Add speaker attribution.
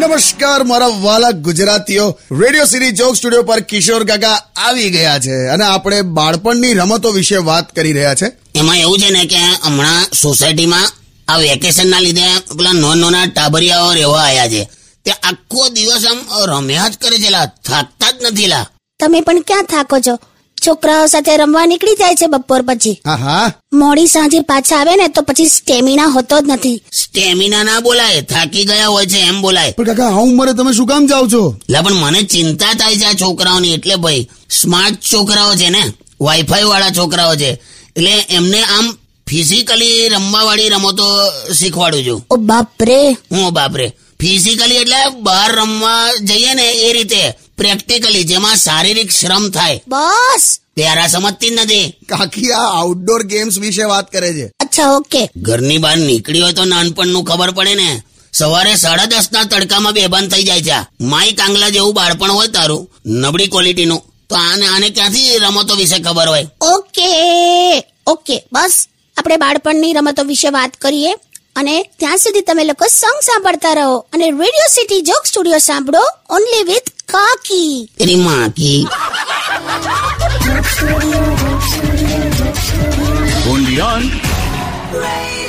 Speaker 1: નમસ્કાર મારા વાલા ગુજરાતીઓ રેડિયો સિટી જોક સ્ટુડિયો પર કિશોર કાકા આવી ગયા છે અને આપણે બાળપણની રમતો વિશે વાત કરી રહ્યા છે
Speaker 2: એમાં એવું છે ને કે હમણાં સોસાયટીમાં આ વેકેશનના લીધે પેલા નોન નોના ટાબરિયાઓ રહેવા આવ્યા છે તે આખો દિવસ આમ રમ્યા જ કરે છે લા થાકતા જ નથી લા
Speaker 3: તમે પણ ક્યાં થાકો છો છોકરાઓ સાથે રમવા નીકળી જાય છે બપોર પછી
Speaker 1: હા હા
Speaker 3: મોડી સાંજે પાછા આવે ને તો પછી સ્ટેમિના હોતો જ નથી
Speaker 2: સ્ટેમિના ના બોલાય થાકી ગયા હોય છે એમ બોલાય
Speaker 1: પણ કાકા આ ઉંમરે તમે શું કામ જાઓ છો
Speaker 2: લા પણ મને ચિંતા થાય છે આ છોકરાઓની એટલે ભાઈ સ્માર્ટ છોકરાઓ છે ને વાઈફાઈ વાળા છોકરાઓ છે એટલે એમને આમ ફિઝિકલી રમવાવાળી રમતો શીખવાડું છું
Speaker 3: ઓ બાપ રે
Speaker 2: હું બાપરે ફિઝિકલી એટલે બહાર રમવા જઈએ ને એ રીતે પ્રેક્ટિકલી જેમાં શારીરિક શ્રમ થાય
Speaker 3: બસ
Speaker 2: ત્યારે સમજતી જ નથી
Speaker 1: કાકી આ આઉટડોર ગેમ્સ વિશે વાત કરે છે
Speaker 3: અચ્છા ઓકે
Speaker 2: ઘરની બહાર નીકળી હોય તો નાનપણનું ખબર પડે ને સવારે સાડા દસ ના તડકામાં બેભાન થઈ જાય છે આ. માઈક આંગલા જેવું બાળપણ હોય તારું નબળી ક્વોલિટીનું તો આને આને ક્યાંથી રમતો વિશે ખબર હોય
Speaker 3: ઓકે ઓકે બસ આપણે બાળપણની રમતો વિશે વાત કરીએ અને ત્યાં સુધી તમે લોકો સોંગ સાંભળતા રહો અને રેડિયો સિટી જોક સ્ટુડિયો સાંભળો ઓનલી વિથ કાકી
Speaker 2: એની માકી
Speaker 4: only on
Speaker 5: Radio